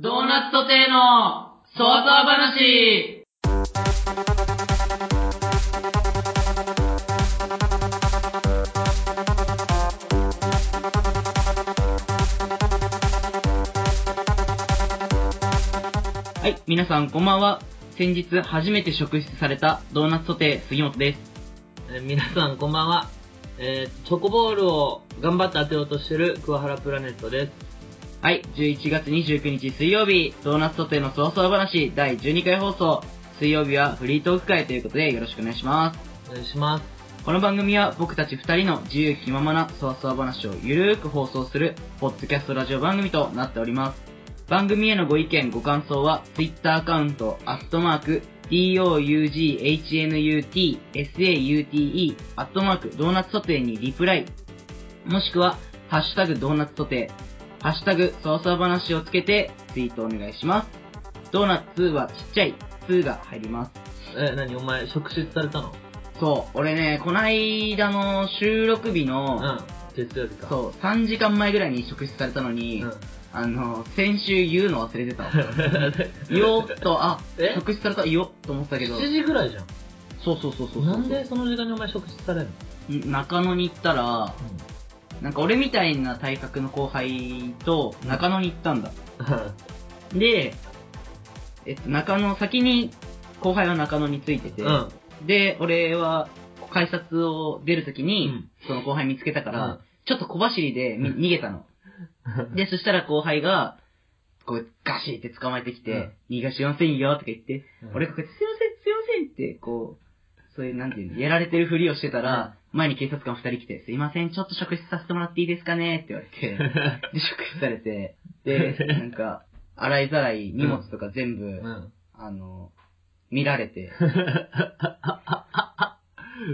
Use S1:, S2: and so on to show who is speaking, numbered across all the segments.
S1: マット亭の相当話はい、皆さんこんばんは。先日初めて食出されたドーナツソテー杉本です。
S2: えー皆さんこんばんは、えーチョコボールを頑張って当てようとしてる桑原プラネットです
S1: はい、11月29日水曜日、ドーナツソテーの早々話第12回放送。水曜日はフリートーク会ということでよろしくお願いします。
S2: お願いします
S1: この番組は僕たち二人の自由気ままなそわそわ話をゆるーく放送する、ポッドキャストラジオ番組となっております。番組へのご意見、ご感想は、Twitter アカウント、アットマーク、d-o-u-g-h-n-u-t, s-a-u-t-e, アットマーク、ドーナツソテーにリプライ。もしくは、ハッシュタグドーナツソテー、ハッシュタグそわそわ話をつけて、ツイートお願いします。ドーナツはちっちゃい、2が入ります。
S2: えー何お前職質されたの
S1: そう、俺ね、こないだの収録日
S2: う
S1: の、
S2: ん月曜日か
S1: そう、3時間前ぐらいに食出されたのに、
S2: うん
S1: あの、先週言うの忘れてた わ。よーっと、あ
S2: え、
S1: 食出された、よっと思ってたけど、
S2: 7時ぐらいじゃん
S1: そうそうそうそうそう。
S2: なんでその時間にお前職質されるの、
S1: 中野に行ったら、なんか俺みたいな体格の後輩と中野に行ったんだ。で、えっと、中野、先に後輩は中野についてて、
S2: うん
S1: で、俺は改札を出るときに、
S2: うん
S1: その後輩見つけたから、
S2: うん
S1: ちょっと小走りでみ
S2: うん
S1: 逃げたの。で、そしたら後輩が、こう、ガシって捕まえてきて、逃がしませんよとか言って、
S2: う ん
S1: 俺がこうやってすいません、すいませんって、こう、そういう、なんていうの、やられてるふりをしてたら、前に警察官二人来て、すいません、ちょっと食事させてもらっていいですかねって言われて、 で、食事されて、で、なんか、洗いざらい荷物とか全部、
S2: うん
S1: あの、見られて、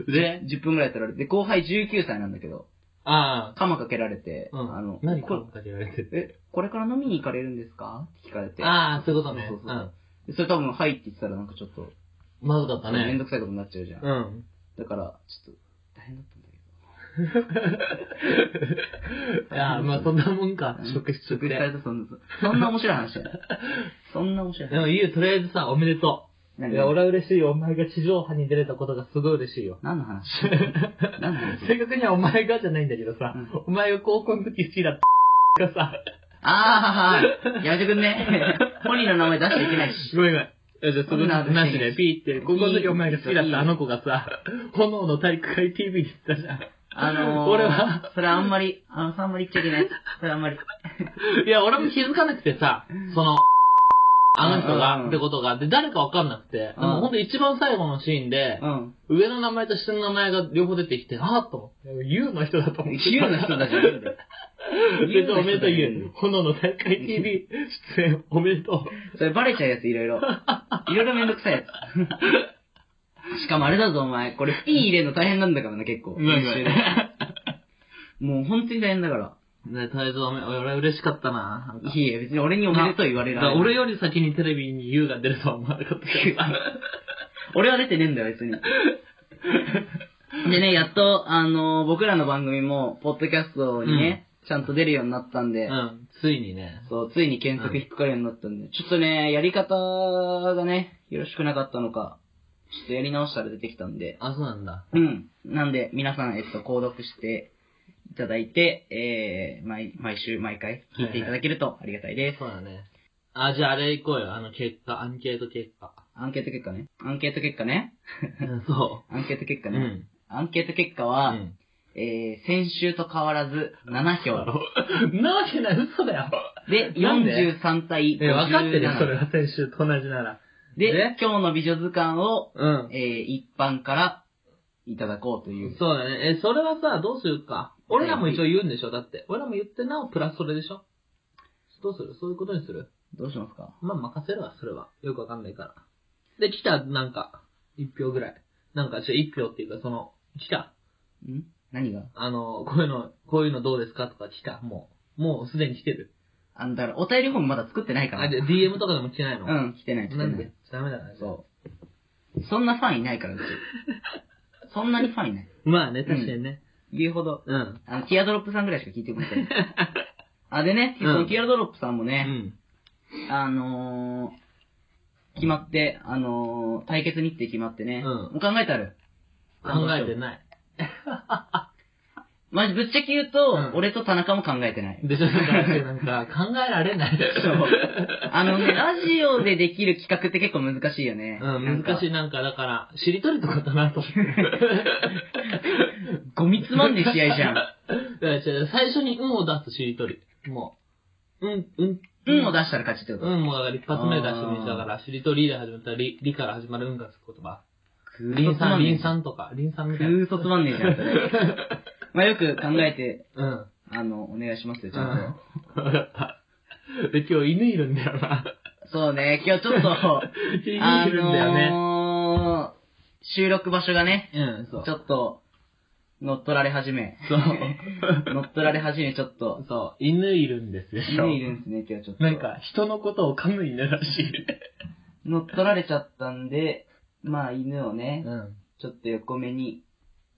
S2: で
S1: 10分ぐらい取られて、で、後輩19歳なんだけど、
S2: ああ
S1: 鎌かけられて、
S2: うん
S1: あの、
S2: 何
S1: これ
S2: 声かけられてる
S1: え、これから飲みに行かれるんですかって聞かれて。
S2: ああそういうことね
S1: そうそうそう。でそれ多分、はいって言ってたらなんかちょっと、
S2: うん、まずかった
S1: めん
S2: ね
S1: どくさいことになっちゃうじゃん。
S2: うん
S1: だから、ちょっと、大変だったんだけど。
S2: いやまあそんなもんか職質っ
S1: 食事さ
S2: て
S1: れたそんな、そんな面白い話だ よ。そんな面白い
S2: で
S1: 話。
S2: もゆうとりあえずさおめでとう
S1: 何
S2: いや、俺は嬉しいよ。お前が地上波に出れたことがすごい嬉しいよ。
S1: 何の話何の話
S2: 正確にはお前がじゃないんだけどさ、
S1: うん
S2: お前が高校の時好きだったがさ、
S1: ああ、やめてくんね。 本人の名前出しちゃいけないし。
S2: ごめんごめん。えじゃあ、そこななしで、ピーって、高校の時お前が好きだったあの子がさ、炎の体育会 TV に行ったじゃん。
S1: あのー、
S2: 俺は、
S1: それあんまり、あの、あんまり言っちゃいけない。それあんまり。
S2: いや、俺も気づかなくてさ、その、あの人
S1: うんうんう
S2: が、
S1: ん
S2: ってことが、で、誰かわかんなくて、で
S1: うん
S2: もほんと一番最後のシーンで
S1: う、ん。
S2: 上の名前と下の名前が両方出てきて、あーっと思って、ユウの人だと思ってた。
S1: 自由な人だじゃん。
S2: で、おめでとう言う。炎の大会 TV 出演おめでとう。
S1: それバレちゃうやついろいろ。いろいろめんどくさいやつ。しかもあれだぞ、お前。これ、ピー入れるの大変なんだからな、結構。
S2: うんうん
S1: 編集でもう本当に大変だから。
S2: ね、とりあえずおめ、俺嬉しかったな。
S1: いいえ、別に俺におめでとう言われる
S2: だから俺より先にテレビに U が出るとは思わなかったけ どさ。
S1: 俺は出てねえんだよ、別に。でね、やっと、あのー僕らの番組も、ポッドキャストにね、ちゃんと出るようになったん
S2: う
S1: で、
S2: ん、ついにね。
S1: そう、ついに検索引っかかるようになったんで、ちょっとね、やり方がね、よろしくなかったのか、ちょっとやり直したら出てきたんで、
S2: あ、そうなんだ。
S1: うん。なんで、皆さん、えっと、購読していただいて、えー、毎、毎週、毎回、聞いていただけるとありがたいです。
S2: そうだね。あ、じゃああれ行こうよ。あの結果、アンケート結果。
S1: アンケート結果ね。アンケート結果ね。
S2: うんそ
S1: アンケート結
S2: う。
S1: 果
S2: う
S1: ね。
S2: ん。
S1: アンケート結果
S2: う
S1: は、
S2: ん。
S1: えー、先週と変わらず7
S2: だ
S1: 票。
S2: ろ。なわけない、嘘だよ。
S1: で、
S2: なんで
S1: 43対
S2: え、分かってるよ、それ
S1: 57。
S2: は先週と同じなら。
S1: で
S2: ね、
S1: 今日の美女図鑑を、
S2: うん
S1: え。ー、一般からいただこうという。
S2: そうだね。え、それはさ、どうするか。俺らも一応言うんでしょだって。俺らも言ってなおプラスそれでしょどうするそういうことにする
S1: どうしますか
S2: まあ任せるわ、それは。よくわかんないから。で、来た、なんか、一票ぐらい。なんか、ちょ、一票っていうか、その、来た。
S1: ん何が
S2: あの、こういうの、こういうのどうですかとか来た。もう、もうすでに来てる。
S1: あの、だから、お便りフォームまだ作ってないから。
S2: あ、で、DM とかでも来てないの
S1: うん、来てない、来て
S2: な
S1: なんい
S2: で。ダメだな。
S1: そう。そんなファンいないから、うち。そんなにファンいない。
S2: まあね、確かにね。
S1: 言うほど。
S2: うん。
S1: あの、ティアドロップさんぐらいしか聞いてくれない。あ、でね、
S2: うん
S1: そのティアドロップさんも
S2: う
S1: ね、
S2: ん。
S1: あのー、決まって、あのー、対決日程決まってね、
S2: うん
S1: もう考えたる。
S2: 考えてない。
S1: まじ、ぶっちゃけ言うと、
S2: うん
S1: 俺と田中も考えてない。
S2: でしょ、だからなんか、考えられない。
S1: そう。あのね、ラジオでできる企画って結構難しいよね。
S2: うん、難し
S1: い。
S2: い。なんか、だから、しりとりとかだなと思って。
S1: ゴミつまんねえ試合じゃん。
S2: だから違う最初に運を出すしりとり。もう、うん、うん、
S1: 運を出したら勝ちってこと、
S2: うん、もうだから一発目で出してみだから、しりとりで始まったら、り、りから始まる運がつく言葉。
S1: くー
S2: り
S1: そ
S2: ん
S1: つ
S2: さ
S1: ま
S2: ん、
S1: ん
S2: り
S1: ね
S2: んさんとか、りんさ
S1: え。
S2: んみ
S1: く
S2: たいな。
S1: ーそつまんねえじゃん、それ。まあ、よく考えて、
S2: うん。
S1: あの、お願いしますよ、ち
S2: う
S1: ゃ
S2: ん。
S1: んと。
S2: わかった。で、今日犬いるんだよな。
S1: そうね、今日ちょっと、
S2: 犬いるん
S1: あ
S2: だよね。
S1: のー、収録場所がね、
S2: うん、そう。
S1: ちょっと、乗っ取られ始め、
S2: そう。
S1: 乗っ取られ始め、ちょっと、
S2: そう、犬いるんですでしょ。
S1: 犬いるんですね、今日ちょっと。
S2: なんか、人のことを噛む犬らしい。
S1: 乗っ取られちゃったんで、まあ犬をね、
S2: ん。
S1: ちょっと横目に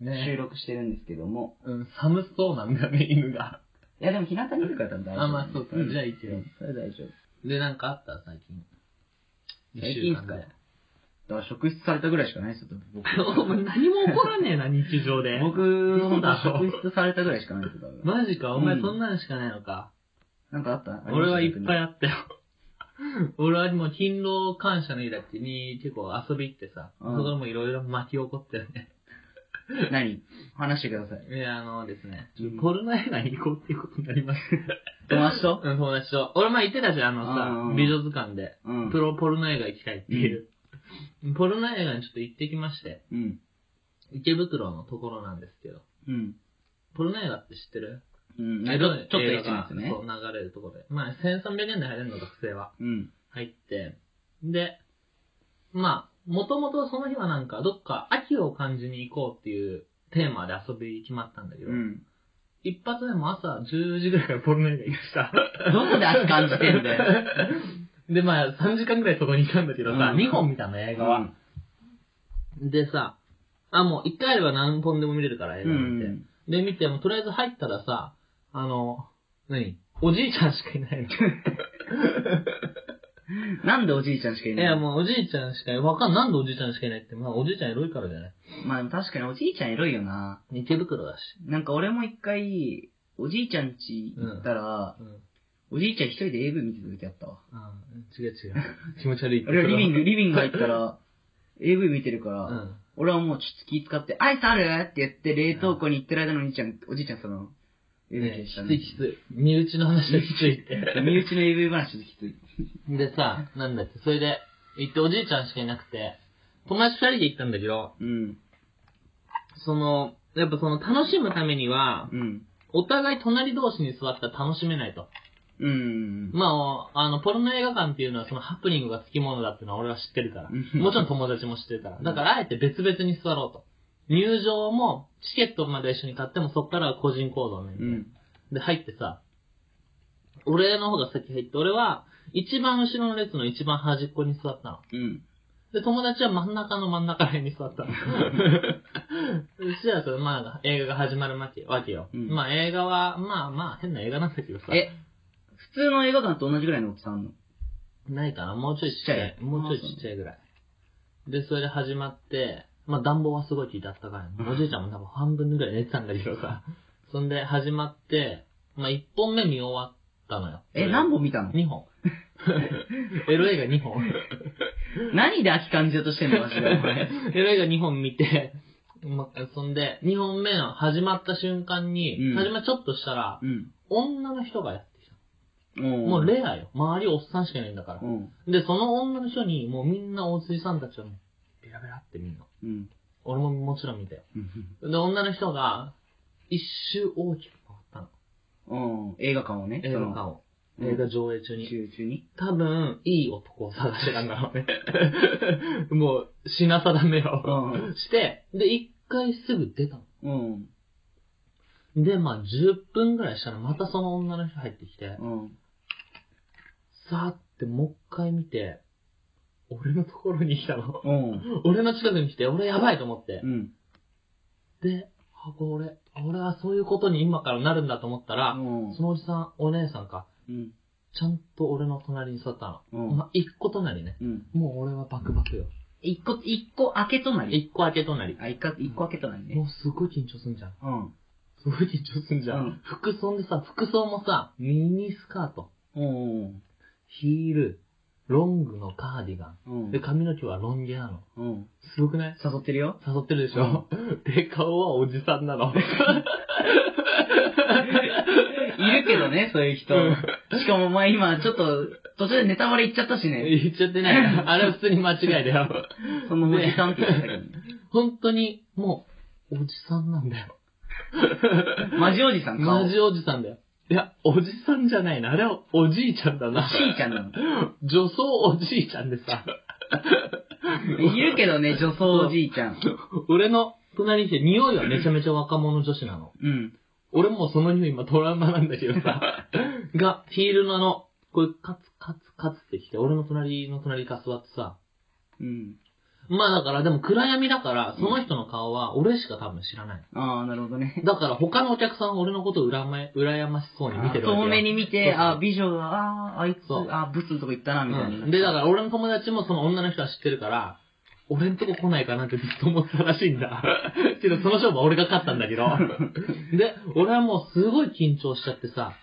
S1: 収
S2: ね
S1: 録してるんですけども、
S2: うん、寒そうなんだよね、犬が。
S1: いやでも日向にいるから多分大丈夫。
S2: あまあそうかじゃあ一応
S1: それは大丈夫。
S2: で、なんかあった最近。
S1: 最近っすかだから職質されたぐらいしかないですよ、僕。
S2: お前何も起こらねえな、日常で。
S1: 僕、
S2: そう
S1: 本
S2: だろ
S1: 当職質されたぐらいしかないですよ、多分。
S2: マジか、お前そんなのしかないのか。
S1: なんかあった
S2: 俺はいっぱい
S1: い。
S2: あったよ。俺はもう勤労感謝の日だってに結構遊び行ってさ、
S1: うん
S2: そこでもいろいろ巻き起こったよ ね。
S1: 何話してください。
S2: いや、あのですね
S1: うん、
S2: ポルノ映画に行こうっていうことになりました。
S1: 友達と
S2: うん、友達と。俺前言ってたじゃん、あ
S1: う
S2: の
S1: ん
S2: さ、美女図鑑で。
S1: うん
S2: プ。ロポルノ映画行きたいっていう。ポルノ映画にちょっと行ってきまして、
S1: うん。
S2: 池袋のところなんですけど、
S1: うん。
S2: ポルノ映画って知ってる
S1: うん。
S2: え
S1: ちょっと、ちょっとエッチなやつ
S2: 映
S1: ね
S2: 画。がそう、流れるところで。まあ、1300円で入れるの、学生は。
S1: うん。
S2: 入って。で、まあ、もともとその日はなんか、どっか秋を感じに行こうっていうテーマで遊び決まったんだけど、
S1: うん。
S2: 一発目も朝10時ぐらいからポルノ映画行きました。
S1: どこで足感じてんだよ。
S2: で、まあ、3時間ぐらいそこにいたんだけどさ、
S1: うん
S2: 2本見たの、映画は。でさ、あ、もう1回あれば何本でも見れるから、映
S1: う
S2: 画なんて。
S1: ん。
S2: で、見て、もうとりあえず入ったらさ、あの、何おじいちゃんしかいないの。
S1: なんでおじいちゃんしかい
S2: い
S1: な
S2: や、
S1: いの
S2: もうおじいちゃんしかいない。わかんなんでおじいちゃんしかいないって、まあ、おじいちゃんエロいからじゃない。
S1: まあでも確かにおじいちゃんエロいよな。
S2: 池袋だし。
S1: なんか俺も一回、おじいちゃん家行ったら、
S2: うん。
S1: おじいちゃん一人で AV 見てた時あったわ。
S2: あ違う違う。 気持ち悪い。
S1: 俺はリビン
S2: グ。
S1: グ、リビング入った ら、AV 見てるから、
S2: うん。
S1: 俺はもうちょっと気使って、アイスあるって言って、冷凍庫に行ってる間のおじいちゃん、おじいちゃんその、AV
S2: ね
S1: で
S2: き
S1: した
S2: つい
S1: ね。
S2: きつい。身内の話できついって。
S1: 身内の AV 話できつい。
S2: でさ、なんだっけ、それで、行っておじいちゃんしかいなくて、友達二人で行ったんだけど、
S1: うん。
S2: その、やっぱその楽しむためには、
S1: うん。
S2: お互い隣同士に座ったら楽しめないと。
S1: うん。
S2: まあ、あの、ポルノ映画館っていうのはそのハプニングがつきものだっていうのは俺は知ってるから。
S1: うん
S2: もちろん友達も知ってるから。だからあえて別々に座ろうと。入場も、チケットまで一緒に買ってもそっからは個人行動ね。
S1: うん。
S2: で、入ってさ、俺の方が先入って、俺は一番後ろの列の一番端っこに座ったの。
S1: うん。
S2: で、友達は真ん中の真ん中ら辺に座っ たの。そしたらそれ、まあ、映画が始まるわけわけよ。
S1: うん
S2: まあ、映画は、まあまあ、変な映画なんだけどさ。
S1: え、普通の映画館と同じぐらいの大きさあんの
S2: ないかなもうちょいちっちゃい
S1: ちっ。ちゃい
S2: もうちょいちっちゃいぐらい。で、それで始まって、まあ暖房はすごい効いてあったかいの。おじいちゃんも多分半分ぐらい寝てたんだけどさ。 そんで始まって、まあ1本目見終わったのよ。
S1: え、何本見たの
S2: ?2 本。エロ映画2本。
S1: 何で秋感じようとしてんのマジで、お前。
S2: エロ映画2本見て、まあ、そんで、2本目の始まった瞬間に、
S1: うん
S2: 始まっちょっとしたら、
S1: うん。
S2: 女の人がやってきた。
S1: も
S2: もうレアよ。周りおっさんしかいないんだから
S1: う。ん。
S2: で、その女の人に、もうみんなおじさんたちをね、ベラベラって見るの。
S1: うん。
S2: 俺ももちろん見たよ。で、女の人が、一周大きく回ったの。
S1: うん。映画館をね。
S2: 映画館
S1: その
S2: を。映画上映中
S1: うん
S2: に。
S1: 中中に。
S2: 多分、いい男を探してたんだろうね。 もう、品定め
S1: う
S2: を。
S1: ん。
S2: して、で、一回すぐ出たの。
S1: うん。
S2: で、まあ、10分ぐらいしたら、またその女の人入ってきて、
S1: うん。
S2: さーってもう一回見て、俺のところに来たの。
S1: うん。
S2: 俺の近くに来て、俺やばいと思って
S1: う。ん。
S2: で、あ、これ、俺はそういうことに今からなるんだと思ったら、
S1: うん
S2: そのおじさん、お姉さんか、
S1: うん。
S2: ちゃんと俺の隣に座った
S1: う
S2: の。
S1: ん。
S2: まあ、一個隣ね。
S1: うん。
S2: もう俺はバクバクよ。
S1: 一個、一個開けとなり。
S2: 一個開け隣。
S1: あ、一個、一個開けとなり
S2: も
S1: ね。
S2: うすごい緊張すんじゃん。
S1: うん。
S2: すごい緊張すんじゃん。
S1: うん
S2: 服装でさ、服装もさ、ミニスカート、
S1: うん。
S2: ヒール、ロングのカーディガ
S1: うん
S2: ン。で、。髪の毛はロン毛なの。
S1: うん。
S2: すごくない
S1: 誘ってるよ。
S2: 誘ってるでしょ、 で、顔はおじさん なの。
S1: いるけどね、そういう人。しかもまあ今、ちょっと、途中でネタバレ言っちゃったしね。
S2: 言っちゃってない。あれは普通に間違いだよ。
S1: そのおじさんって言ってたけどね。
S2: 本当に、もう、おじさんなんだよ。
S1: マジおじさん顔。
S2: マジおじさんだよ。いや、おじさんじゃないな。あれはおじいちゃんだな。
S1: しーちゃんなの。
S2: 女装おじいちゃんでさ。
S1: いるけどね、女装おじいちゃん。
S2: 俺の隣にして匂いはめちゃめちゃ若者女子なの。
S1: うん。
S2: 俺もうその匂い今トラウマなんだけど さ。が、ヒールのあの、これカツカツカツってきて、俺の隣の隣から座ってさ。
S1: うん。
S2: まあだから、でも暗闇だから、その人の顔は俺しか多分知らない。
S1: ああ、なるほどね。
S2: だから他のお客さんは俺のことを羨ま羨ましそうに見てるわけよ。
S1: 遠目に見て、
S2: そうそう
S1: あ、美女が、ああ、あいつ、
S2: そう
S1: あブスのとこ行ったな、みたいな。
S2: うんで、だから俺の友達もその女の人は知ってるから、俺んとこ来ないかなってずっと思ってたらしいん だ。けどその勝負は俺が勝ったんだけど。で、俺はもうすごい緊張しちゃってさ、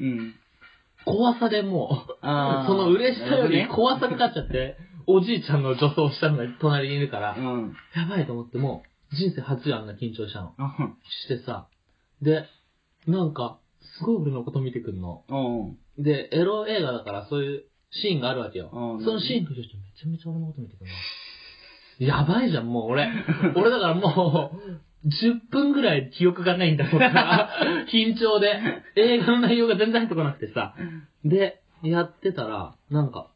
S1: うん。
S2: 怖さでもう、 そ
S1: ああ。
S2: の嬉しさよ
S1: な
S2: り
S1: るほ
S2: 怖さが勝っちゃって、おじいちゃんの女装したのが隣にいるから、
S1: どね。
S2: やばいと思ってもう、人生初よあんな緊張したの。
S1: うん。
S2: してさ、で、なんか、すごい俺のこと見てくんの。
S1: おうん。
S2: で、エロ映画だからそういうシーンがあるわけよ。
S1: うん
S2: そのシーンの人めちゃめちゃ俺のこと見てくるの。やばいじゃん、も う俺。俺だからもう、10分ぐらい記憶がないんだから 緊張で。映画の内容が全然入ってこなくてさ。で、やってたら、なんか、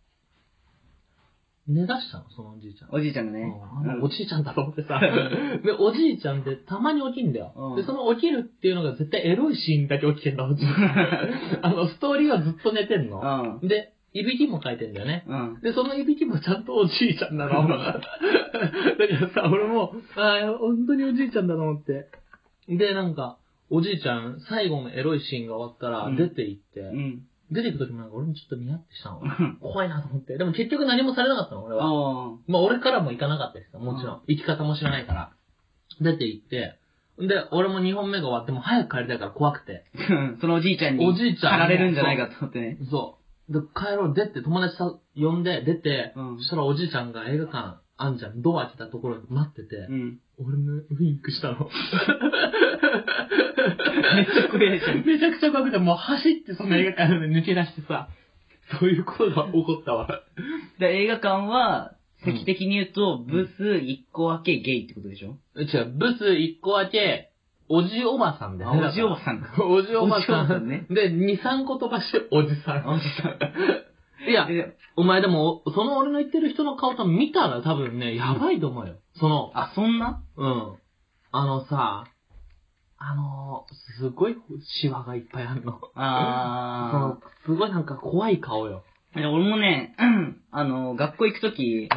S2: 寝だしたの、そのおじいちゃん。
S1: おじいちゃんが
S2: う
S1: ね。
S2: んあのおじいちゃんだと思ってさ。で、おじいちゃんってたまに起きんだよ。
S1: うん
S2: で、その起きるっていうのが絶対エロいシーンだけ起きてんだ、おじいちゃ んあの、ストーリーはずっと寝てん
S1: う
S2: の。
S1: ん。
S2: で、いびきも書いてんだよね。
S1: うん。
S2: で、そのいびきもちゃんとおじいちゃんなの。 だからさ、俺も、ああ、本当におじいちゃんだと思って。で、なんか、おじいちゃん、最後のエロいシーンが終わった
S1: う
S2: ら
S1: ん
S2: 出て行って、
S1: うん。
S2: 出て行く時もなんか俺もちょっとニヤっ てしたの。怖いなと思って。でも結局何もされなかったの、俺は。
S1: あ
S2: まあ、俺からも行かなかったですよ。もちろ。
S1: うん
S2: 行き方も知らないから。出て行って。で、俺も2本目が終わって、もう早く帰りたいから怖くて。
S1: あ。そのおじいちゃんに、
S2: おじいちゃん
S1: 駆られるんじゃないかと思ってね。
S2: そう。で、帰ろう、出て、友達さ呼んで、出て、
S1: うん
S2: そしたらおじいちゃんが映画館、あんじゃん、ドア開けたところに待ってて、
S1: うん。
S2: 俺ね、ウィンクしたの。
S1: めっちゃ怖いじゃん。
S2: めちゃくちゃ怖くて、もう走ってその映画館で抜け出してさ、そういうことが起こったわ。
S1: で、映画館は、席的に言うと、
S2: ん
S1: ブス1個開けゲイってことでしょ
S2: 違う、ブス1個開け、おじおばさんだよ
S1: あ、
S2: ね。
S1: おじおばさんか。
S2: お じおばさ
S1: おじおばさ
S2: ん。
S1: んね
S2: で、2、3個飛ばしておじさ
S1: あおじさ
S2: ん。いや
S1: ん。、 え
S2: お前でも、その俺の言ってる人の顔と見たら多分ね、やばいと思うよ。その、
S1: あ、そんな
S2: うん。あのさ、あの、すごいシワがいっぱいあるの。そ
S1: あ
S2: のすごいなんか怖い顔よ。
S1: ー。いや俺もね、 うんあの、学校行くとき、
S2: うん。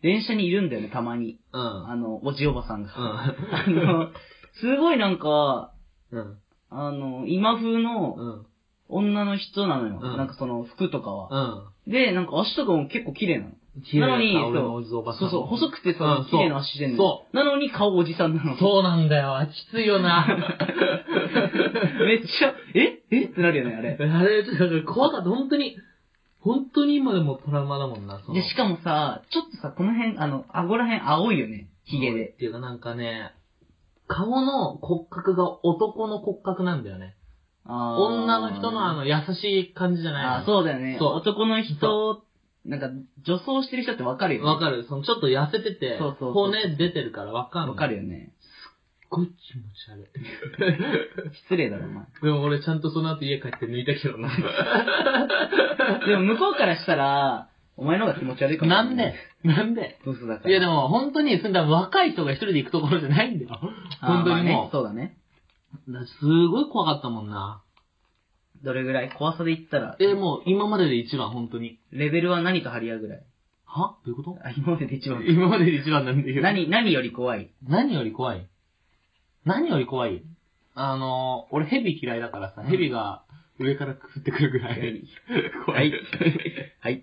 S1: 電車にいるんだよね、たまに。
S2: うん。
S1: あの、おじおばさんが。
S2: う
S1: あの、すごいなんか、
S2: ん。
S1: あの、今風
S2: う
S1: の
S2: ん。
S1: 女の人なのよ。
S2: うん
S1: なんかその服とかは。
S2: うん。
S1: で、なんか足とかも結構綺麗なの。
S2: 綺
S1: な
S2: 麗
S1: のに
S2: な俺のおじおばさん。
S1: そうそう、細くてさ、
S2: うんそう
S1: 綺麗な足してんの。。
S2: そう
S1: なのに顔おじさんなの。
S2: そうなんだよ。きついよな。
S1: めっちゃ、ええってなるよ ね、あれ。
S2: あれ、ちょっとなんか怖かった。本当に、本当に今でもトラウマだもんな。その
S1: で、しかもさ、ちょっとさ、この辺、あの、顎ら辺青いよね、髭で。
S2: っていうかなんかね、顔の骨格が男の骨格なんだよね。
S1: あー
S2: 女の人のあの優しい感じじゃないの
S1: あー、そうだよね。
S2: そう
S1: 男の人、なんか、女装してる人ってわかるよね。
S2: わかるそのちょっと痩せてて、
S1: そうそうそう
S2: 骨出てるからわかんない。
S1: わか
S2: る。
S1: るよね。
S2: すっごい気持ち悪い。
S1: 失礼だろ、お前。
S2: でも俺ちゃんとその後家帰って抜いたけど な。
S1: でも向こうからしたら、お前の方が気持ち悪いかもしれ。
S2: ないんでなんで
S1: ブスだから。
S2: いやでも本当に、そんな若い人が一人で行くところじゃないんだよ。
S1: あー
S2: 本当に
S1: まあね
S2: も。
S1: そうだね。
S2: う。だからすごい怖かったもんな。
S1: どれぐらい怖さで言ったら、
S2: え、もう今までで一番本当に。
S1: レベルは何と張り合うぐらい。
S2: はどういうこと
S1: あ、今までで一番。
S2: 今までで一番なんだけど。
S1: 何、何より怖い。
S2: 何より怖い何より怖いあの、俺ヘビ嫌いだからさ、ヘビが上からくぐってくるぐら
S1: はいい。
S2: 怖い。
S1: はい。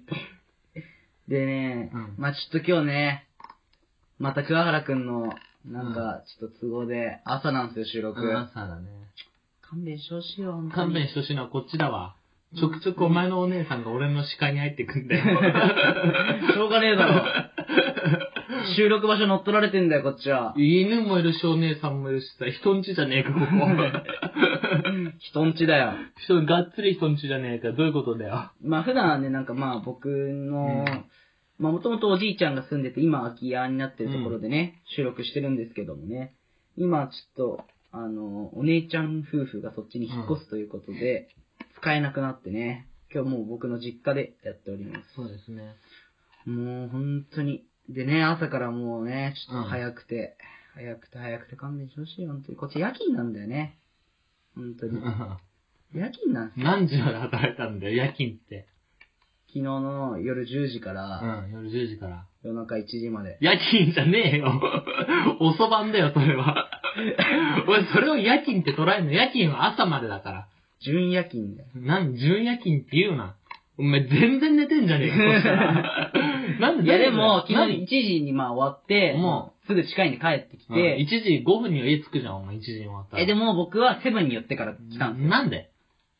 S1: でね、
S2: うん
S1: まあちょっと今日ね、また桑原くんの、なんか、ちょっと都合で、朝なんですよ、収録。
S2: 朝だね。
S1: 勘弁してほしいよ、本当
S2: 勘
S1: に
S2: 弁してほしいのはこっちだわ。ちょくちょくお前のお姉さんが俺の視界に入ってくんだよ。
S1: しょうがねえだ ろ。収録場所乗っ取られてんだよ、こっちは。
S2: 犬もいるし、お姉さんもいるしさ、人んちじゃねえか、ここ。
S1: 人んちだよ。
S2: 人、がっつり人んちじゃねえか、どういうことだよ。
S1: まあ普段はね、なんかまあ僕の、
S2: うん
S1: まあもともとおじいちゃんが住んでて、今空き家になってるところでね、収録してるんですけどもね、今ちょっと、あの、お姉ちゃん夫婦がそっちに引っ越すということで、使えなくなってね、今日もう僕の実家でやっておりま
S2: そうですね。
S1: す。もう本当に。でね、朝からもうね、ちょっと早くて、早くて早くて勘弁してほしいよ、本当に。こっち夜勤なんだよね。本当に。夜勤なんですよ。
S2: 何時まで働いたんだよ、夜勤って。
S1: 昨日の夜10時から
S2: ん、夜10時から。
S1: 夜中1時まで。
S2: 夜勤じゃねえよ。 遅番だよ、それは。俺、それを夜勤って捉えるの。夜勤は朝までだから。
S1: 純夜勤だよ。
S2: なん、純夜勤って言うな。お前、全然寝てんじゃねえか、そしたら。なん
S1: い
S2: で
S1: やでも、昨
S2: 何
S1: 日1時にまあ終わって、
S2: も
S1: うすぐ近いんで帰ってき
S2: うん1
S1: て、
S2: 時5分には家着くじゃん、お前、1時に終わったら。
S1: え、でも僕はセブンに寄ってから来たんですよ。
S2: なんで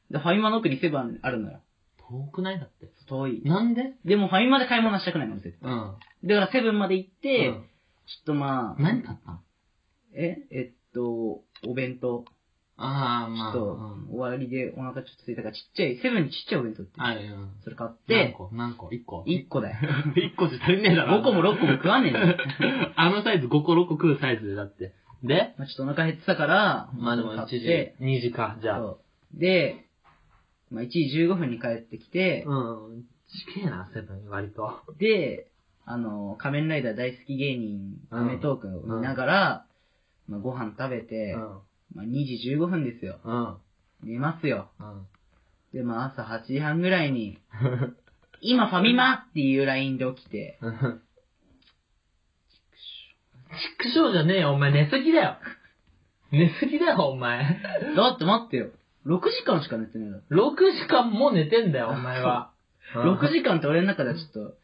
S1: で、ファミマの奥にセブンあるのよ。
S2: 遠くないだって。
S1: 遠い。
S2: なんで
S1: でもファミマで買い物はしたくないの、絶対。
S2: うん。
S1: だからセブンまで行って、
S2: うん
S1: ちょっとまあ、
S2: 何買ったの
S1: え、えっと、お弁当。
S2: ああ、
S1: ちょ
S2: ま
S1: っ
S2: あ。
S1: と、
S2: うん
S1: 終わりでお腹ちょっと空いたから、ちっちゃい、セブンにちっちゃいお弁当って。
S2: あれ、うん。
S1: それ買っ
S2: 何
S1: て、
S2: 個何個 ?1 個
S1: 1個だよ。
S2: ?1 個じゃ足りねえだろ。
S1: 5個も6個も食わねえん だよ。
S2: あのサイズ5個6個食うサイズでだって。で
S1: まあちょっとお腹減ってたから、
S2: まあでも
S1: 買
S2: 1
S1: っ
S2: 時
S1: て、
S2: 2時か、じゃあ。う
S1: そうで、まあ、1時15分に帰ってきて、
S2: ん。ちげえな、セブン、割と。
S1: で、あの、仮面ライダー大好き芸人、
S2: うん
S1: アメトークを見ながら、まあ、ご飯食べ
S2: う
S1: て、
S2: ん。
S1: まあ、2時15分ですよ。
S2: うん。
S1: 寝ますよ。
S2: うん。
S1: で、まあ、朝8時半ぐらい に、今ファミマっていうラインで起きて、
S2: ちくしょうじゃねえよ、お前寝すぎだよ。寝すぎだよ、お前。
S1: だって待ってよ。6時間しか寝てないだろ。
S2: 6時間も寝てんだよ、お前は。
S1: 6時間って俺の中ではちょっと、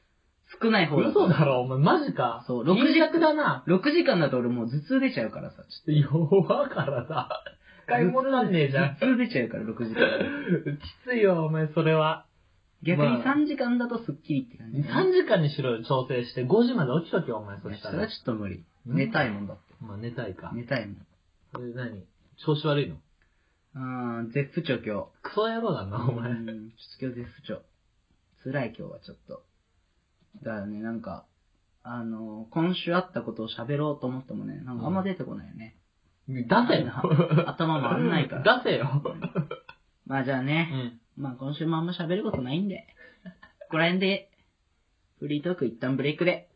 S1: 少ない方だ
S2: 嘘だ
S1: か
S2: ろ、お前、マジか。
S1: そう6時
S2: 貧弱だな。
S1: ら。6時間だと俺もう頭痛出ちゃうからさ、ち
S2: 弱からさ。使い物なんねえじ
S1: ょ
S2: ゃ
S1: っ
S2: ん。
S1: と。頭痛出ちゃうから、6時間。
S2: きついよ、お前、それは。
S1: 逆に
S2: まあ
S1: 3時間だとスッキリって感じ、
S2: 3時間にしろ、調整して、5時まで起きとけよ、お前、そ
S1: いや
S2: した
S1: それは
S2: ら
S1: ちょ。っと無理。
S2: うん
S1: 寝たいもんだって。
S2: まあ、寝たいか。
S1: 寝たいもん。
S2: それで何調子悪いの
S1: あー、絶不調今
S2: クソ野郎だな、お
S1: 日。う
S2: 前。
S1: ん、ちょっと今日絶不調。辛い今日はちょっと。だからね、なんか、あのー、今週あったことを喋ろうと思ってもね、なんかあんま出てこないよね。
S2: 出せよ。
S1: 頭回ん ないから。
S2: 出せよ。
S1: まあじゃあ
S2: う
S1: ね、
S2: ん。
S1: まあ今週もあんま喋ることないんで、 ここら辺で、フリートーク一旦ブレイクで。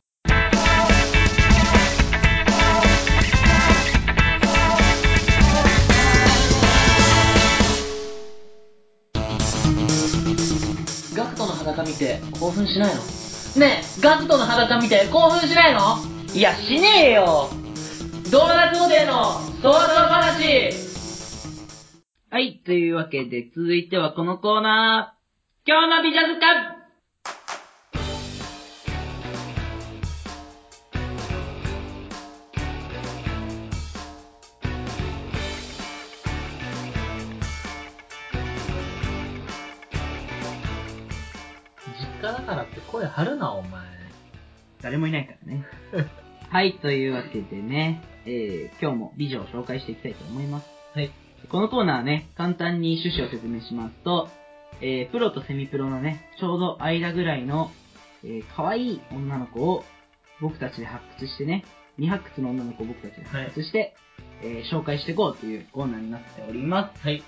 S2: ガクトの裸見て興奮しないのねえ、ガクトの裸見て興奮しないの
S1: いや、しねえよ
S2: ドーナツ王帝のドワドワ話
S1: はい、というわけで、続いてはこのコーナー、今日の美女図鑑
S2: 実家だからって声張るな、お前。
S1: 誰もいないからね。 はい、というわけでね、えー、今日も美女を紹介していきたいと思います。
S2: はい。
S1: このコーナーはね、簡単に趣旨を説明しますと、えー、プロとセミプロのね、ちょうど間ぐらいの、えー、可愛い女の子を僕たちで発掘してね、未発掘の女の子を僕たちで発掘して、えー、紹介していこうというコーナーになっております。
S2: はい。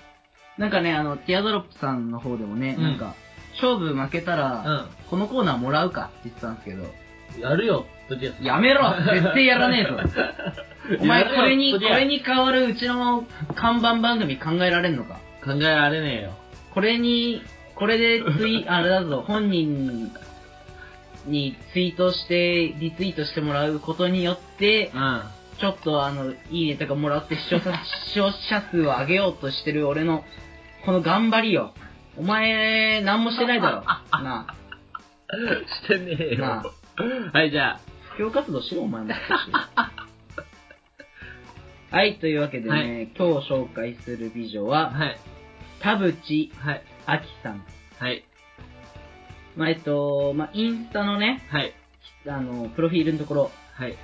S1: なんかね、あの、ティアドロップさんの方でもね、
S2: うん
S1: なんか、勝負負けたら、
S2: う
S1: このコーナーもらうかって言ってたんですけど、
S2: ん。やるよ、とりあえ
S1: やめ ろ絶対やらねえぞ
S2: ず。
S1: お前
S2: やる
S1: こ
S2: よ
S1: れに、
S2: と
S1: こ
S2: りあえ
S1: れに代わるうちの看板番組考えられんのか
S2: ず考えられねえよ。
S1: これに、これでツ イ、あれだぞ、本人にツイートして、リツイートしてもらうことによって
S2: う、ん。
S1: ちょっとあの、いいねとかもらって視聴者、視聴者数を上げようとしてる俺の、この頑張りを、お前、何もしてないだろ。なあ、
S2: してねえよ。
S1: なあ
S2: はい、じゃあ。
S1: 布教活動しろ、お前も。はい、というわけでね、
S2: は
S1: 今日紹介する美女は、
S2: はい、
S1: 田淵
S2: はい、
S1: あきさん。
S2: はい、
S1: まあ、えっと、まあ、インスタのね、
S2: はい、
S1: あの、プロフィールのところ、
S2: はい。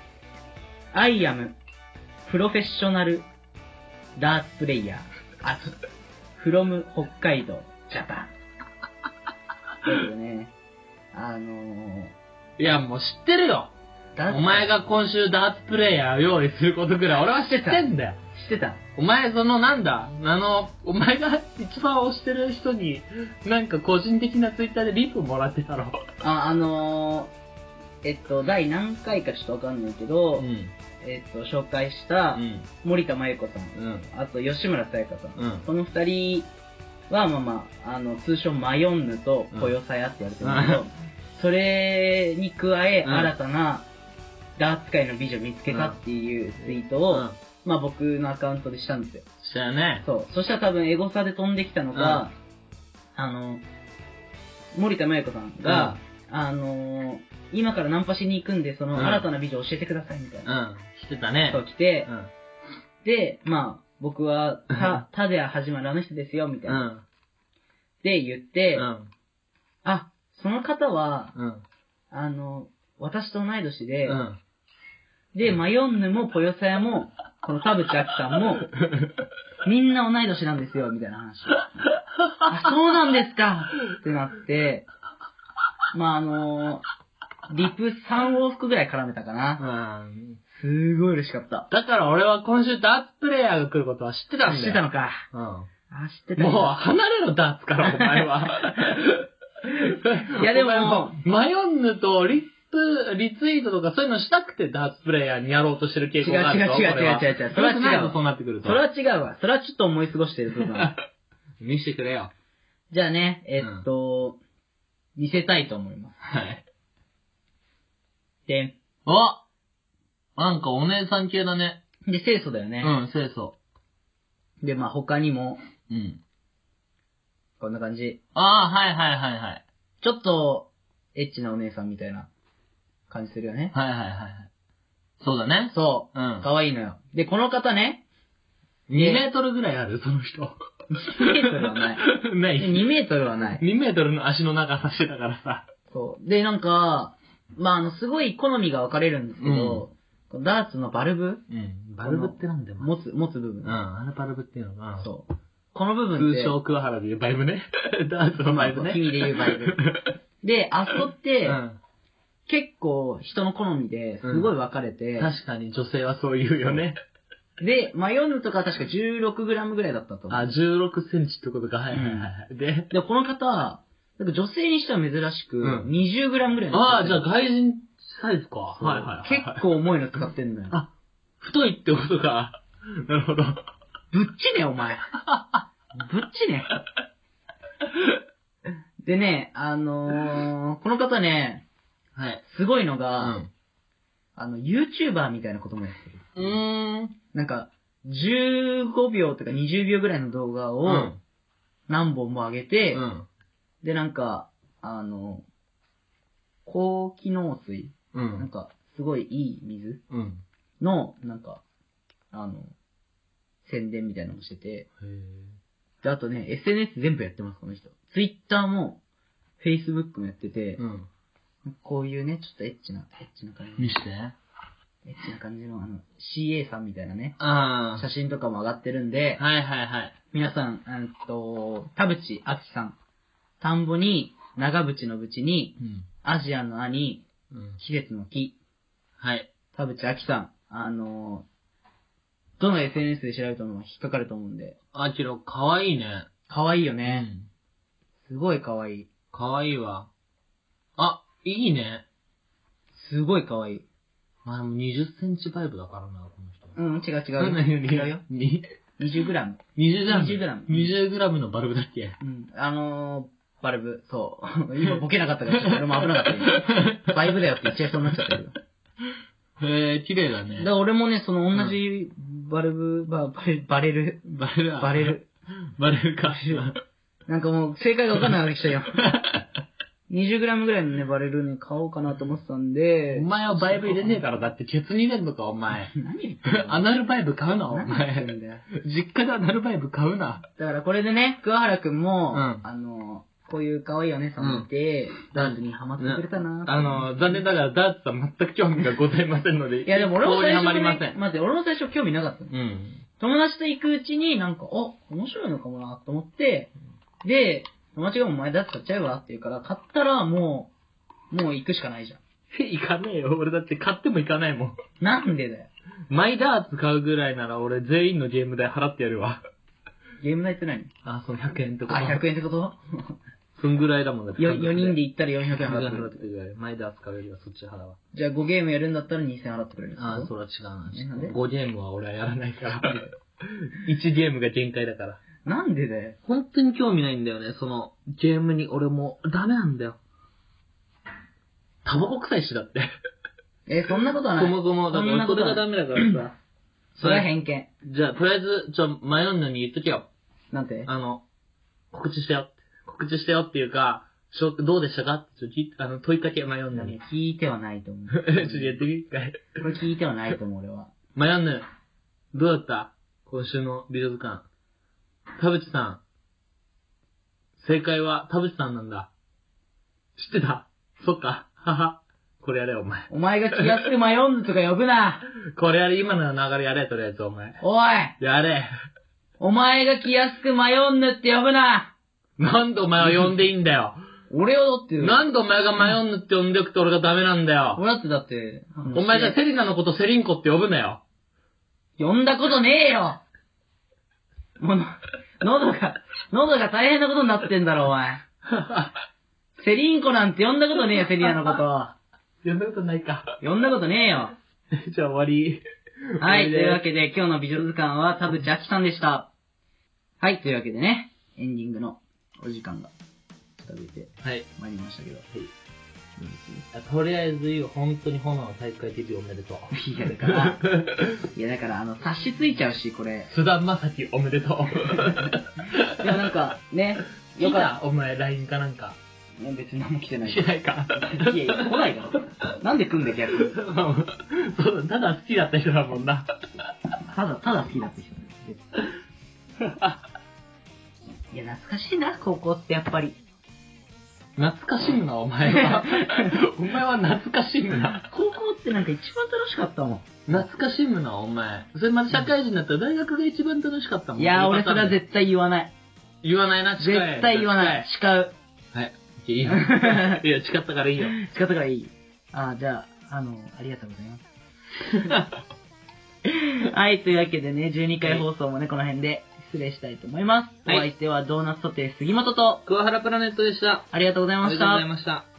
S1: I am プロフェッショナルダーツプレイヤー、あき、from 北海道、ジャパン。ということでね、あの
S2: いや、もう知ってるよ。
S1: ダーツ
S2: お前が今週ダーツプレイヤーを用意することぐらい俺は知ってんだよ。
S1: 知ってた
S2: お前、そのなんだ、あの、お前が一番推してる人に、なんか個人的なツイッターでリプもらってたろ。
S1: あ、あのー、えっと、第何回かちょっとわかんないけ
S2: う
S1: ど、
S2: ん。
S1: えっと、紹介し
S2: う
S1: た
S2: ん。
S1: 森田真由子さん、
S2: うん。
S1: あと吉村沙也加さん。
S2: うん。
S1: この二人は、まあまあ、あの、通称マヨンヌとコヨサヤって言われてるんだけど、
S2: うん
S1: それに加え、
S2: うん
S1: 新たなダーツ界の美女見つけたっていうツイートを、
S2: うん
S1: まあ僕のアカウントでしたんですよ。
S2: したよね。
S1: そう。そしたら多分エゴサで飛んできたのが、あの、森田真由子さんが、あのー今からナンパしに行くんで、その
S2: うん
S1: 新たな美女教えてくださいみたいうな。
S2: ん。してたね。
S1: そう来て
S2: う、ん。
S1: で、まあ、僕は、た、たでは始まるあの人ですよ、みたいうな。
S2: ん。
S1: で、言って、
S2: うん。
S1: あ、その方は、
S2: うん。
S1: あの、私と同い年で、
S2: うん。
S1: で、マヨンヌもポヨサヤも、この田淵あきさ んも、みんな同い年なんですよ、みたいな話。あ、そうなんですかってなって、まあ、あのリプ3往復ぐらい絡めたかな。
S2: うん。
S1: すごい嬉しかった。
S2: だから俺は今週ダーツプレイヤーが来ることは知ってたんだよ。
S1: 知ってたのか。
S2: うん。
S1: あ、知ってた。
S2: もう離れろダーツから、お前は。
S1: いやでも
S2: お前う、マヨンヌとリップ、リツイートとかそういうのしたくてダーツプレイヤーにやろうとしてる傾向があるぞ
S1: 違う違う違う
S2: これは
S1: 違う違う違う
S2: それは
S1: それは違う
S2: 違うぞそうなってくると
S1: そ。れは違うわ。それはちょっと思い過ごしてる 部分ある。
S2: 見せてくれよ。
S1: じゃあね、えっと、見せたいと思います。
S2: はい。
S1: で、
S2: おなんかお姉さん系だね。
S1: で、清楚だよ
S2: う
S1: ね。
S2: ん、清楚。
S1: で、まあ他にも、
S2: うん。
S1: こんな感じ。
S2: ああ、はいはいはいはい。
S1: ちょっと、エッチなお姉さんみたいな感じするよね。
S2: はいはいはいはい。そうだね。
S1: そうう。
S2: ん。
S1: かわいいのよ。で、この方ね、
S2: 2メートルぐらいある、その 人。
S1: 2メートルは ない。
S2: ない。
S1: 2メートルはない。
S2: 2メートルの足の長さしてたからさ。
S1: そう。で、なんか、まあ、あの、すごい好みが分かれるんですけど、このダーツのバルブ
S2: うん。
S1: バルブって
S2: なんだ
S1: 持つ、持つ部分
S2: うん、。あのバルブっていうのが、
S1: そう。この部分って、
S2: 空想桑原でいうバイブね。 ダーツのバイブね。
S1: 君で言うバルブ。 で、あそこっ
S2: う
S1: て、
S2: ん。
S1: 結構人の好みですごい分かれて、
S2: 確かに女性はそう言うよね。
S1: で、マヨンヌとかは確か 16g ぐらいだったと思う。
S2: あ、16センチってことか。はいはいはい。で、
S1: で、この方は、なんか女性にしては珍しく、
S2: うん
S1: 20g ぐらいの使ってる。
S2: ああ、じゃあ外人サイズか。
S1: そう
S2: はいはい。
S1: 結。構重いの使ってんのよ。
S2: あ太いってことか。 なるほど。
S1: ぶっちね、お前。ぶっちね。でね、あのー、この方ね、
S2: はい。
S1: すごいの
S2: う
S1: が、
S2: ん。
S1: あの、YouTuber みたいなこともやってる。
S2: うーん。
S1: なんか、15秒とか20秒ぐらいの動画
S2: う
S1: を
S2: ん。
S1: 何本も上げ
S2: う
S1: て、
S2: ん。
S1: で、なんか、あの、高機能水、
S2: う
S1: なん
S2: ん。
S1: か、すごいいい水
S2: うん。
S1: の、なんか、あの、宣伝みたいなのをしてて、
S2: へ
S1: で、あとね、SNS 全部やってます、この人。Twitter も、Facebook もやってて
S2: え。、うん。
S1: こういうね、ちょっとエッチな、エッチな感じ
S2: 見して。
S1: エッチな感じの、あの、CA さんみたいなね、
S2: あ
S1: 写真とかも上がってるんで
S2: あ。、はいはいはい。
S1: 皆さん、えっと、田淵あきさん、田んぼに、長渕の淵に、
S2: うん。
S1: アジアのアに、
S2: うん。
S1: 季節の木、
S2: はい。
S1: 田淵あきさん、あのーどの SNS で調べても引っかかると思うんで、
S2: あきろ、かわいいね。
S1: 可愛いよ
S2: う
S1: ね。。すごい可愛い。
S2: かわいいわ。あ、いいね。
S1: すごい可愛い。
S2: まあでも20センチパイプだからな、この人。
S1: うん、違う違
S2: 何
S1: う。違うよ。
S2: に
S1: 20グラム。
S2: 20グラム。
S1: 20グラム
S2: 20グラムのバルブだっけ
S1: うん、あのー、バルブ、 そう。今ボケなかったから、俺も危なかった今。バイ ブだよって言っちゃいそうになっちゃったけど。
S2: へえ、綺麗だね
S1: だか。ら俺もね、その同じバルブ、ばバレバレる、
S2: バレル。
S1: バレ。る、
S2: バレルか。
S1: なんかもう、正解がわかんないわけ したよ。20g ぐらいのね、バレルね、買おうかなと思ってたんで
S2: お、前はバイブ入れねえから、だってケツに入れんのか、お前。
S1: 何言ってんの
S2: アナルバイブ買うな、お
S1: 何言って
S2: 前。
S1: んだよ。
S2: 実家でアナルバイブ買うな。
S1: だからこれでね、桑原くんも、
S2: うん
S1: あの、こういう可愛いお姉さんがいて、ダンスにハマってくれたな、
S2: あの、残念ながらダーツは全く興味がございませんので、
S1: いやでも俺も
S2: 一
S1: 最
S2: 向にハマ
S1: 初、
S2: り
S1: ね、
S2: ませ
S1: 待
S2: ん。
S1: って、俺も最初興味なかったの。
S2: うん。
S1: 友達と行くうちになんか、お、面白いのかもなと思って、で、友達がお前ダーツ買っちゃえばって言うから、買ったらもう、もう行くしかないじゃん。
S2: 行かねえよ。俺だって買っても行かないもん。
S1: なんでだよ。
S2: マイダーツ買うぐらいなら俺全員のゲーム代払ってやるわ。
S1: ゲーム代って何
S2: あ、そう、100円とか。
S1: あ、100円ってこと
S2: そんぐらいだもんだ
S1: ?4 人で行ったら400円
S2: 100円払
S1: 払
S2: っ
S1: ってて
S2: く
S1: くれ
S2: れる
S1: る。
S2: ぐらい。マイダーツ買うよりはそっち払うわ。
S1: じゃあ5ゲームやるんだったら2000円払ってくれる
S2: あー、そ
S1: れ。
S2: れは違うな。
S1: えなんで
S2: 5ゲームは俺はやらないから。1ゲームが限界だから。
S1: なんでだよ。
S2: 本当に興味ないんだよね、その、ゲームに俺も、ダメなんだよ。タバコ臭いしだって。
S1: え、そんなことはない。
S2: そもそも、だからそれがダメだ からさ。
S1: それは偏見。
S2: じゃあ、とりあえず、ちょ、迷うのに言っときよ。
S1: なんて
S2: あの、告知したよ。告知したよっていうか、しょどうでしたかってちょ聞いあの問いかけ迷うのに。
S1: 聞いてはないと思う。
S2: ちょっとやってみ一回。
S1: これ聞いてはないと思う、俺は。
S2: 迷うの。どうだった今週の美女図鑑。田淵さん。正解は田淵さんなんだ。知ってたそっか。はは。これやれ、お前。
S1: お前が気安く迷うんとか呼ぶな
S2: これやれ、今の流れやれ、とりあえず、お前。
S1: おい
S2: やれ。
S1: お前が気安く迷うんぬって呼ぶな
S2: なんでお前は呼んでいいんだよ。
S1: 俺をだって、
S2: なんでお前が迷うのって呼んでおくと俺がダメなんだよ。
S1: 俺だってだって、あの
S2: お前がセリナのことセリンコって呼ぶなよ。
S1: 呼んだことねえよもうの、喉が、喉が大変なことになってんだろ、お前。セリンコなんて呼んだことねえよ、セリアのこと。
S2: 呼んだことないか。
S1: 呼んだことねえよ。
S2: じゃあ終わり。
S1: はい、と
S2: 終わりです
S1: いうわけで今日の美女図鑑は田淵あきさんでした。はい、というわけでね、エンディングのお時間が近づいて
S2: はい。
S1: まいりましたけど。
S2: とりあえず言う、本当に炎の大会デビューおめでと う。
S1: いや、だ から、いや、だから、あの、察しついちゃうし、これ。
S2: 須田まさきおめでとう。
S1: いや、なんか、ね、よ
S2: 来
S1: かった
S2: お前 LINE かなんか。
S1: た。いや別に何も来てない
S2: 来てないか。
S1: いやいや、来ないから。なんで来んだよ、逆に。
S2: そうだ、ただ好きだった人だもんな。
S1: ただ、ただ好きだった人だよ別 に。いや、懐かしいな、高校ってやっぱり。
S2: 懐かしむな、お前 は。お前は懐かしむな。
S1: 高校ってなんか一番楽しかったも
S2: 懐かしむな、お前。それまた社会人になったら大学が一番楽しかったも
S1: ん。
S2: ん。
S1: いや、俺それは
S2: 絶
S1: 絶対言わない。
S2: 言わないな、
S1: 絶対言わない。。誓う。
S2: はい。いいよ。いや、誓ったからいいよ。
S1: 仕方がいい。あーじゃあ、あの、ありがとうございます。はい、というわけでね、12回放送もね、この辺で失礼したいと思います。
S2: はい
S1: お相手はドーナツソテー杉本と、
S2: 桑原プラネットでした。
S1: ありがとうござい
S2: あ
S1: ま
S2: り
S1: し
S2: がとうご
S1: た
S2: ざい。ました。